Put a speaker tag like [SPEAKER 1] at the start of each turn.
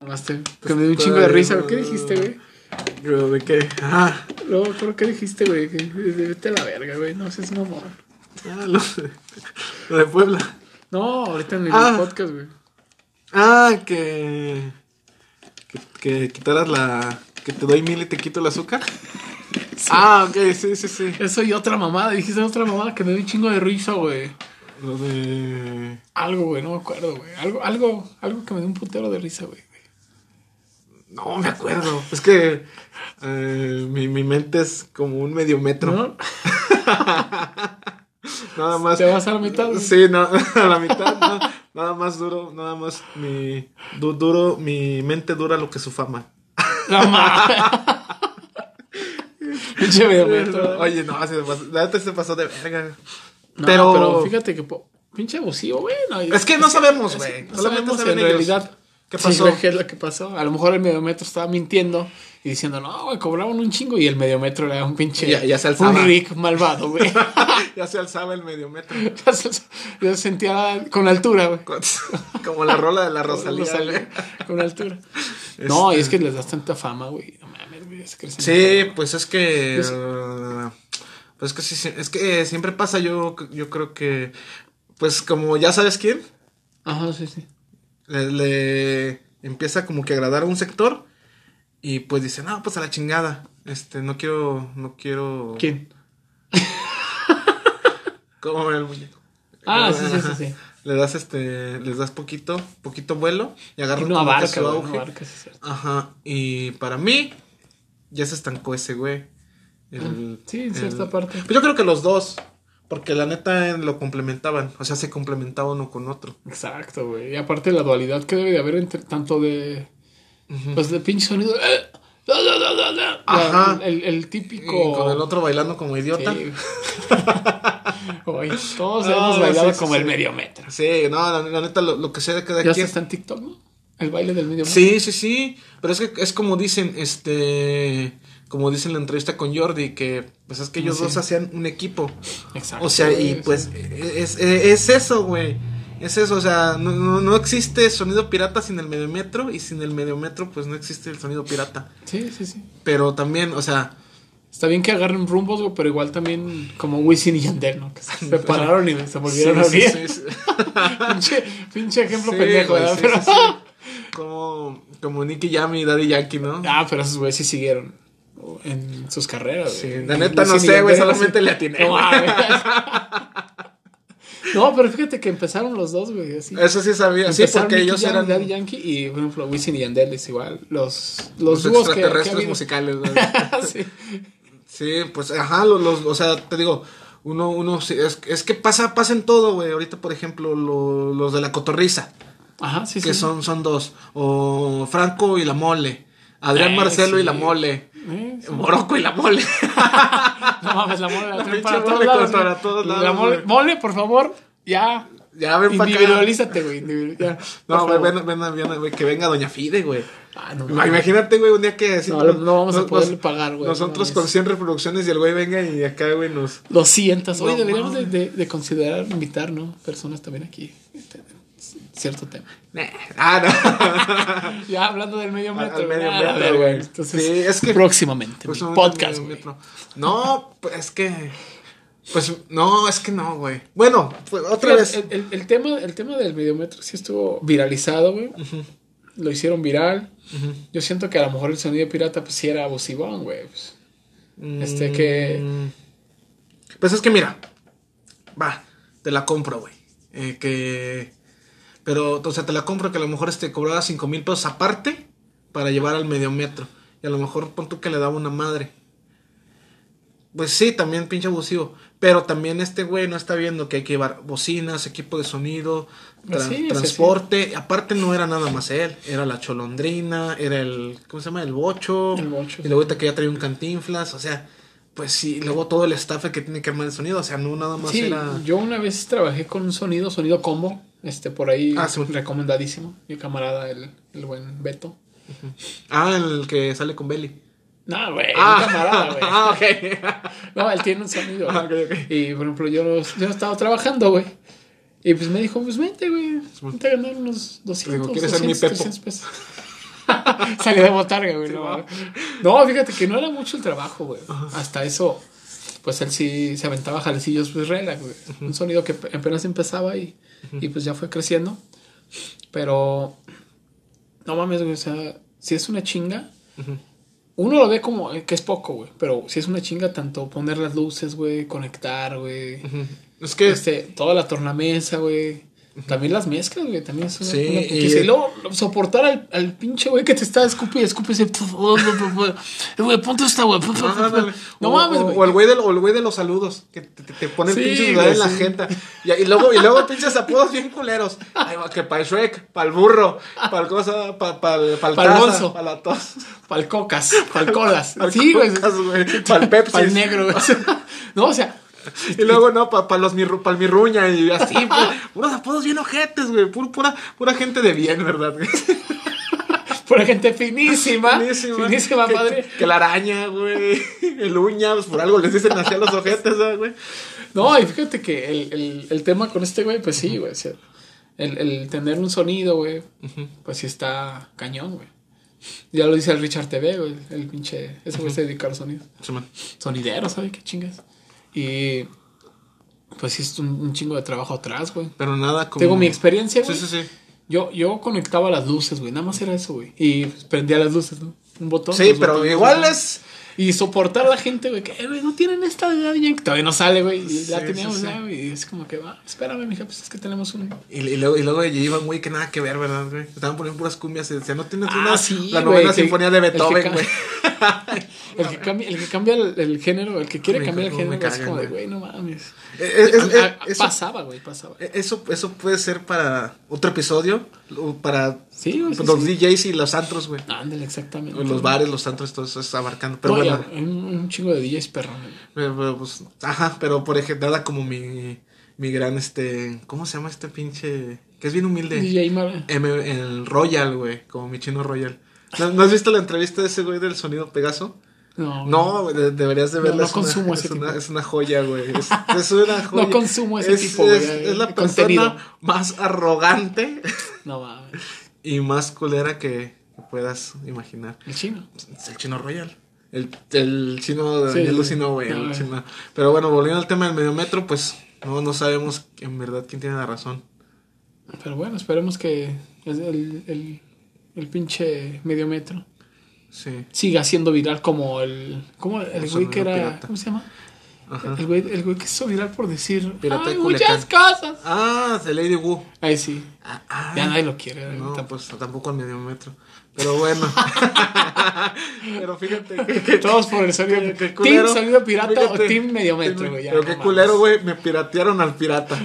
[SPEAKER 1] mamaste. Que me dio un chingo de risa. ¿Qué dijiste, güey?
[SPEAKER 2] Yo, ¿De qué? Ah,
[SPEAKER 1] No, pero ¿qué dijiste, güey? Que- Vete a la verga, güey. No seas mamón.
[SPEAKER 2] ah, lo, de, lo de Puebla.
[SPEAKER 1] No, ahorita en el
[SPEAKER 2] Ah.
[SPEAKER 1] podcast, güey.
[SPEAKER 2] Ah, que, que. que quitaras la. Que te doy mil y te quito el azúcar. Ah, ok, sí, sí, sí.
[SPEAKER 1] Eso y otra mamada. Dijiste otra mamada que me dio un chingo de risa, güey.
[SPEAKER 2] Lo de.
[SPEAKER 1] Algo, güey. No me acuerdo, güey. Algo, algo, algo que me dio un putero de risa, güey.
[SPEAKER 2] No me acuerdo. Es que. eh, mi, mi mente es como un medio metro.
[SPEAKER 1] ¿No?
[SPEAKER 2] Nada más.
[SPEAKER 1] ¿Te vas a la mitad?
[SPEAKER 2] Sí, no, a la mitad. no. nada más duro, nada más mi. du- duro, mi mente dura lo que su fama.
[SPEAKER 1] La madre. Pinche medio metro.
[SPEAKER 2] Oye, no, se pasó, la neta se pasó de verga.
[SPEAKER 1] No,
[SPEAKER 2] pero,
[SPEAKER 1] pero... fíjate que po- pinche abusivo, güey. no,
[SPEAKER 2] Es que no sabemos, güey.
[SPEAKER 1] No
[SPEAKER 2] Solamente
[SPEAKER 1] sabemos
[SPEAKER 2] saben
[SPEAKER 1] en
[SPEAKER 2] ellos.
[SPEAKER 1] realidad
[SPEAKER 2] ¿Qué
[SPEAKER 1] ¿Qué
[SPEAKER 2] pasó?
[SPEAKER 1] pasó? ¿Qué es lo que pasó? A lo mejor el mediometro estaba mintiendo y diciendo, no, güey, cobraban un chingo y el mediometro era un pinche.
[SPEAKER 2] Ya- ya se alzaba.
[SPEAKER 1] un Rick malvado, güey.
[SPEAKER 2] Ya se alzaba el medio metro.
[SPEAKER 1] Ya se- Yo sentía con altura, güey.
[SPEAKER 2] Con- Como la rola de la Rosalía. güey. Este.
[SPEAKER 1] Rosalía, Con altura. No, y es que les das tanta fama, güey. No mames, güey. es que eres
[SPEAKER 2] Sí, pues es que.
[SPEAKER 1] Es-
[SPEAKER 2] uh, Pues que sí, sí, es que siempre pasa. Yo, yo creo que. Pues como ya sabes quién,
[SPEAKER 1] un- Ajá, sí, sí.
[SPEAKER 2] le, le empieza como que a agradar a un sector. Y pues dice, no, pues a la chingada. Este, no quiero. No quiero.
[SPEAKER 1] ¿Quién?
[SPEAKER 2] Como el muñeco.
[SPEAKER 1] Ah, sí, sí,
[SPEAKER 2] Ajá.
[SPEAKER 1] sí, sí.
[SPEAKER 2] Le das este. Les das poquito, poquito vuelo. Y
[SPEAKER 1] Y
[SPEAKER 2] agarran
[SPEAKER 1] no
[SPEAKER 2] como que
[SPEAKER 1] abarca,
[SPEAKER 2] su
[SPEAKER 1] güey. No
[SPEAKER 2] auge.
[SPEAKER 1] abarca, sí, es cierto.
[SPEAKER 2] Ajá, y para mí ya se estancó ese güey. El-
[SPEAKER 1] Ah, Sí, en
[SPEAKER 2] el-
[SPEAKER 1] cierta parte.
[SPEAKER 2] Pues yo creo que los dos, porque la neta eh, lo complementaban, o sea, se complementaba uno con otro.
[SPEAKER 1] Exacto, güey. Y aparte la dualidad que debe de haber entre tanto de. Pues de pinche sonido. eh, da, da, da, da, da.
[SPEAKER 2] Ajá.
[SPEAKER 1] La- El, el
[SPEAKER 2] Y
[SPEAKER 1] típico.
[SPEAKER 2] con el otro bailando como idiota.
[SPEAKER 1] Sí. Güey, todos
[SPEAKER 2] No,
[SPEAKER 1] hemos
[SPEAKER 2] no,
[SPEAKER 1] bailado
[SPEAKER 2] sí, sí,
[SPEAKER 1] como
[SPEAKER 2] sí.
[SPEAKER 1] el medio metro.
[SPEAKER 2] Sí, no, la, la neta lo, lo que sea de cada
[SPEAKER 1] Ya hasta
[SPEAKER 2] quien.
[SPEAKER 1] está en TikTok, ¿no? El baile del medio metro.
[SPEAKER 2] Sí, sí, sí, pero es que es como dicen, este, como dicen en la entrevista con Jordi, que pues es que ellos
[SPEAKER 1] Sí.
[SPEAKER 2] dos hacían un equipo.
[SPEAKER 1] Exacto.
[SPEAKER 2] O sea, y
[SPEAKER 1] güey,
[SPEAKER 2] pues es, es- es eso, güey. Es eso, o sea, no, no, no existe sonido pirata sin el mediometro y sin el mediometro pues no existe el sonido pirata.
[SPEAKER 1] Sí, sí, sí.
[SPEAKER 2] Pero también, o sea,
[SPEAKER 1] Está bien que agarren rumbos, güey, pero igual también como Wisin y Yandel, ¿no? Que se separaron y se volvieron
[SPEAKER 2] sí,
[SPEAKER 1] a
[SPEAKER 2] sí,
[SPEAKER 1] unir.
[SPEAKER 2] sí, sí.
[SPEAKER 1] pinche, pinche ejemplo
[SPEAKER 2] Sí,
[SPEAKER 1] pendejo,
[SPEAKER 2] güey,
[SPEAKER 1] ¿verdad?
[SPEAKER 2] sí,
[SPEAKER 1] Pero-
[SPEAKER 2] sí, sí. Como, como Nicky Jam y Daddy Yankee, ¿no?
[SPEAKER 1] Ah, pero esos güeyes sí siguieron en sus carreras.
[SPEAKER 2] Sí,
[SPEAKER 1] güey.
[SPEAKER 2] la neta
[SPEAKER 1] Wisin
[SPEAKER 2] no
[SPEAKER 1] y
[SPEAKER 2] sé, güey,
[SPEAKER 1] Yandel,
[SPEAKER 2] solamente
[SPEAKER 1] sí.
[SPEAKER 2] le atiné,
[SPEAKER 1] ¿eh? No,
[SPEAKER 2] güey.
[SPEAKER 1] mames. No, pero fíjate que empezaron los dos, güey, así.
[SPEAKER 2] Eso sí sabía, sí,
[SPEAKER 1] Empezaron
[SPEAKER 2] porque
[SPEAKER 1] Nicky
[SPEAKER 2] ellos
[SPEAKER 1] Jam,
[SPEAKER 2] eran
[SPEAKER 1] Daddy Yankee y, por ejemplo, Wisin y Yandel es igual. Los, los,
[SPEAKER 2] los
[SPEAKER 1] dúos que- que ha
[SPEAKER 2] extraterrestres
[SPEAKER 1] habido.
[SPEAKER 2] musicales, güey.
[SPEAKER 1] sí.
[SPEAKER 2] Sí, pues, ajá, los, los- o sea, te digo, uno, uno, sí, es, es que pasa, pasa en todo, güey. Ahorita, por ejemplo, lo- los de la cotorriza.
[SPEAKER 1] Ajá, sí, sí.
[SPEAKER 2] que son, son dos. O Franco y la mole. Adrián
[SPEAKER 1] Eh,
[SPEAKER 2] Marcelo y
[SPEAKER 1] sí.
[SPEAKER 2] la mole.
[SPEAKER 1] Eh, sí.
[SPEAKER 2] Morocco y la mole.
[SPEAKER 1] No mames, la mole la, traen
[SPEAKER 2] pinche
[SPEAKER 1] para todos
[SPEAKER 2] mole
[SPEAKER 1] lados.
[SPEAKER 2] contra
[SPEAKER 1] güey.
[SPEAKER 2] todos
[SPEAKER 1] la
[SPEAKER 2] lados,
[SPEAKER 1] mole,
[SPEAKER 2] güey.
[SPEAKER 1] mole, por favor, ya.
[SPEAKER 2] ya ven para acá.
[SPEAKER 1] Individualízate, güey. individu- ya,
[SPEAKER 2] No,
[SPEAKER 1] por
[SPEAKER 2] güey,
[SPEAKER 1] favor.
[SPEAKER 2] ven, ven, ven, güey, que venga Doña Fide, güey.
[SPEAKER 1] Ah, no, mames.
[SPEAKER 2] Imagínate, güey, un día que... así-
[SPEAKER 1] No, no vamos a poderle pagar, güey,
[SPEAKER 2] Nosotros
[SPEAKER 1] no
[SPEAKER 2] con
[SPEAKER 1] mames.
[SPEAKER 2] 100 reproducciones y el güey venga y acá, güey, nos...
[SPEAKER 1] Lo sientas. Oye,
[SPEAKER 2] No
[SPEAKER 1] deberíamos de,
[SPEAKER 2] mames.
[SPEAKER 1] de- de considerar invitar, ¿no? Personas también aquí. este, Cierto tema.
[SPEAKER 2] Nah. Ah, no.
[SPEAKER 1] Ya hablando del medio metro.
[SPEAKER 2] al medio
[SPEAKER 1] ah, la
[SPEAKER 2] metro,
[SPEAKER 1] verga,
[SPEAKER 2] güey.
[SPEAKER 1] Entonces,
[SPEAKER 2] Sí, es que-
[SPEAKER 1] próximamente.
[SPEAKER 2] Pues
[SPEAKER 1] mi
[SPEAKER 2] un-
[SPEAKER 1] podcast,
[SPEAKER 2] un-
[SPEAKER 1] güey.
[SPEAKER 2] un- No, pues es que... Pues no, es que no, güey. Bueno, pues, otra
[SPEAKER 1] Fíjate,
[SPEAKER 2] vez.
[SPEAKER 1] El, el- el tema, el tema del mediometro sí estuvo viralizado, güey. Lo hicieron viral. Yo siento que a lo mejor el sonido pirata pues sí era abusivón, güey. pues. Este que...
[SPEAKER 2] Mm. Pues es que mira, va, te la compro, güey. Eh, que. Pero, o sea, te la compro que a lo mejor este cobraba 5 mil pesos aparte para llevar al medio metro. Y a lo mejor pon tú que le daba una madre. Pues sí, también pinche abusivo. Pero también este güey no está viendo que hay que llevar bocinas, equipo de sonido, tra-
[SPEAKER 1] Pues Sí, sí, sí.
[SPEAKER 2] transporte. Aparte no era nada más él, era la cholondrina, era el, ¿cómo se llama? El bocho.
[SPEAKER 1] El bocho.
[SPEAKER 2] Y luego ahorita que ya traía un cantinflas, o sea, pues sí, luego todo el staff que tiene que armar el sonido, o sea, no nada más
[SPEAKER 1] Sí,
[SPEAKER 2] era...
[SPEAKER 1] yo una vez trabajé con un sonido, sonido combo, este por ahí
[SPEAKER 2] Ah, sí.
[SPEAKER 1] recomendadísimo, mi camarada el, el buen Beto.
[SPEAKER 2] Ah, el que sale con Belly.
[SPEAKER 1] No, güey, mi camarada, güey.
[SPEAKER 2] ah, ok.
[SPEAKER 1] No, él tiene un sonido.
[SPEAKER 2] Ah,
[SPEAKER 1] güey.
[SPEAKER 2] ok, ok.
[SPEAKER 1] Y por ejemplo, yo, los- yo estaba trabajando, güey. Y pues me dijo, pues vente, güey. Vente a ganar unos 200,
[SPEAKER 2] Digo, ¿quieres ser mi
[SPEAKER 1] 200, 300 pesos. Salió de botarga, güey. no, no, fíjate que no era mucho el trabajo, güey. Hasta eso, pues él sí se aventaba jalecillos, pues relax, güey. Un sonido que apenas empezaba y, y pues ya fue creciendo. Pero, no mames, güey, o sea, si es una chinga, uno lo ve como eh, que es poco, güey. Pero si es una chinga, tanto poner las luces, güey, conectar, güey.
[SPEAKER 2] Es que
[SPEAKER 1] Este, toda la tornamesa, güey. También las mezclas, güey, también es una,
[SPEAKER 2] Sí,
[SPEAKER 1] una
[SPEAKER 2] y- eh,
[SPEAKER 1] putiza. Y luego lo- soportar al, al pinche güey que te está escupe y escupe y dice, "Pf, oh, oh, oh, oh, güey, ponte esta, güey. pf, pf, pf".
[SPEAKER 2] ah, Ándale.
[SPEAKER 1] No
[SPEAKER 2] o,
[SPEAKER 1] mames,
[SPEAKER 2] o-
[SPEAKER 1] güey.
[SPEAKER 2] O el güey del- o el güey de los saludos, que te, te- te pone el
[SPEAKER 1] Sí,
[SPEAKER 2] pinche
[SPEAKER 1] güey,
[SPEAKER 2] celular en la
[SPEAKER 1] sí.
[SPEAKER 2] jeta. Y, y luego, y luego pinches apodos bien culeros. Ay, va, que para el Shrek, para el burro, para el cosa, para el
[SPEAKER 1] Pa'l Gonzo.
[SPEAKER 2] para la tos.
[SPEAKER 1] Palcocas, palcolas. Sí, güey.
[SPEAKER 2] güey. Para el Pepsi.
[SPEAKER 1] Pal negro, güey. No, o sea,
[SPEAKER 2] Y luego, no, para los mirru, pa'l mirruña y así. pues, puros apodos bien ojetes, güey. Pur- pura, pura gente de bien, ¿verdad? güey?
[SPEAKER 1] por gente finísima. Ah, Finísima,
[SPEAKER 2] ¿eh? Que-
[SPEAKER 1] padre.
[SPEAKER 2] Que, la araña, güey. El uña, pues por algo les dicen así a los ojetes, ¿eh, güey.
[SPEAKER 1] No, y fíjate que el, el, el tema con este güey, pues sí, güey. o sea, el, el tener un sonido, güey, pues sí está cañón, güey. Ya lo dice el Richard TV, güey, el pinche. Ese güey se dedica a los sonidos. Sonidero, ¿sabes qué chingas? Y. Pues sí, es un, un chingo de trabajo atrás, güey.
[SPEAKER 2] Pero nada como.
[SPEAKER 1] Tengo mi experiencia, güey.
[SPEAKER 2] Sí, sí, sí.
[SPEAKER 1] Yo, yo conectaba las luces, güey. Nada más era eso, güey. Y pues, prendía las luces, ¿no? Un botón.
[SPEAKER 2] Sí,
[SPEAKER 1] dos
[SPEAKER 2] pero
[SPEAKER 1] botones,
[SPEAKER 2] igual
[SPEAKER 1] güey.
[SPEAKER 2] es.
[SPEAKER 1] Y soportar a la gente, güey, que, eh, güey, no tienen esta edad ya, que todavía no sale, güey. Y la
[SPEAKER 2] Sí,
[SPEAKER 1] teníamos,
[SPEAKER 2] sí, sí.
[SPEAKER 1] ya, güey. Y es como que va, espérame, mija, pues es que tenemos un.
[SPEAKER 2] Y, y luego, y luego allí iban, güey, que nada que ver, ¿verdad, güey? Estaban poniendo puras cumbias. O sea, no tienes
[SPEAKER 1] Ah,
[SPEAKER 2] una.
[SPEAKER 1] sí,
[SPEAKER 2] la
[SPEAKER 1] güey,
[SPEAKER 2] novena
[SPEAKER 1] que-
[SPEAKER 2] sinfonía de
[SPEAKER 1] el que
[SPEAKER 2] Beethoven,
[SPEAKER 1] ca-
[SPEAKER 2] güey.
[SPEAKER 1] El que cambia el, que cambia el, el género, el que quiere
[SPEAKER 2] Me-
[SPEAKER 1] cambiar el
[SPEAKER 2] cómo me
[SPEAKER 1] género, es
[SPEAKER 2] cagan,
[SPEAKER 1] como de,
[SPEAKER 2] güey.
[SPEAKER 1] güey, no mames.
[SPEAKER 2] Es- es-
[SPEAKER 1] A- a-
[SPEAKER 2] es- eso-
[SPEAKER 1] pasaba, güey, pasaba.
[SPEAKER 2] E-, Eso, eso puede ser para otro episodio. o Para
[SPEAKER 1] Sí, güey. sí,
[SPEAKER 2] los
[SPEAKER 1] sí.
[SPEAKER 2] DJs y los antros, güey.
[SPEAKER 1] Ándale, exactamente.
[SPEAKER 2] Los bares, los antros, todo eso es abarcando. Pero
[SPEAKER 1] Pero
[SPEAKER 2] bueno.
[SPEAKER 1] un, un chingo de DJs perrón. güey.
[SPEAKER 2] Pero, pero, pues, ajá, pero por ejemplo, nada como mi, mi gran, este, ¿cómo se llama este pinche? Que es bien humilde.
[SPEAKER 1] DJ Mar.
[SPEAKER 2] M- el Royal, güey, como mi chino Royal. ¿No, no has visto la entrevista de ese güey del sonido Pegaso?
[SPEAKER 1] No.
[SPEAKER 2] No, güey, de- deberías de
[SPEAKER 1] No,
[SPEAKER 2] verla.
[SPEAKER 1] no
[SPEAKER 2] es una-
[SPEAKER 1] consumo ese
[SPEAKER 2] es una,
[SPEAKER 1] tipo.
[SPEAKER 2] es una joya, güey. Es, es una joya.
[SPEAKER 1] consumo ese
[SPEAKER 2] Es-
[SPEAKER 1] tipo, güey,
[SPEAKER 2] Es,
[SPEAKER 1] de-
[SPEAKER 2] es la
[SPEAKER 1] de
[SPEAKER 2] persona
[SPEAKER 1] contenido.
[SPEAKER 2] más arrogante
[SPEAKER 1] No mames.
[SPEAKER 2] y más culera que que puedas imaginar.
[SPEAKER 1] El chino.
[SPEAKER 2] Es el chino Royal. El, el chino de
[SPEAKER 1] Sí,
[SPEAKER 2] Daniel
[SPEAKER 1] sí.
[SPEAKER 2] Lucino, güey.
[SPEAKER 1] Ah,
[SPEAKER 2] el
[SPEAKER 1] güey.
[SPEAKER 2] chino. Pero bueno, volviendo al tema del mediometro, pues no, no sabemos en verdad quién tiene la razón.
[SPEAKER 1] Pero bueno, esperemos que el, el, el, el pinche medio metro
[SPEAKER 2] Sí.
[SPEAKER 1] siga siendo viral como el. ¿Cómo el
[SPEAKER 2] El
[SPEAKER 1] güey que
[SPEAKER 2] sonido
[SPEAKER 1] era.
[SPEAKER 2] pirata.
[SPEAKER 1] ¿Cómo se llama?
[SPEAKER 2] Ajá.
[SPEAKER 1] El güey, el güey que hizo viral por decir.
[SPEAKER 2] Pirata
[SPEAKER 1] ¡Ay,
[SPEAKER 2] de Culiacán".
[SPEAKER 1] muchas cosas!
[SPEAKER 2] Ah, de Lady Wu.
[SPEAKER 1] Ahí sí.
[SPEAKER 2] Ah, ah.
[SPEAKER 1] Ya nadie lo quiere.
[SPEAKER 2] No,
[SPEAKER 1] ahorita.
[SPEAKER 2] pues tampoco al mediómetro. Pero bueno. Pero fíjate que. que-
[SPEAKER 1] Todos por el sonido.
[SPEAKER 2] que- que
[SPEAKER 1] ¿Team
[SPEAKER 2] culero.
[SPEAKER 1] sonido pirata o
[SPEAKER 2] Fíjate.
[SPEAKER 1] team medio metro, güey? Ya,
[SPEAKER 2] Pero
[SPEAKER 1] no
[SPEAKER 2] qué
[SPEAKER 1] mames.
[SPEAKER 2] culero, güey. Me piratearon al pirata.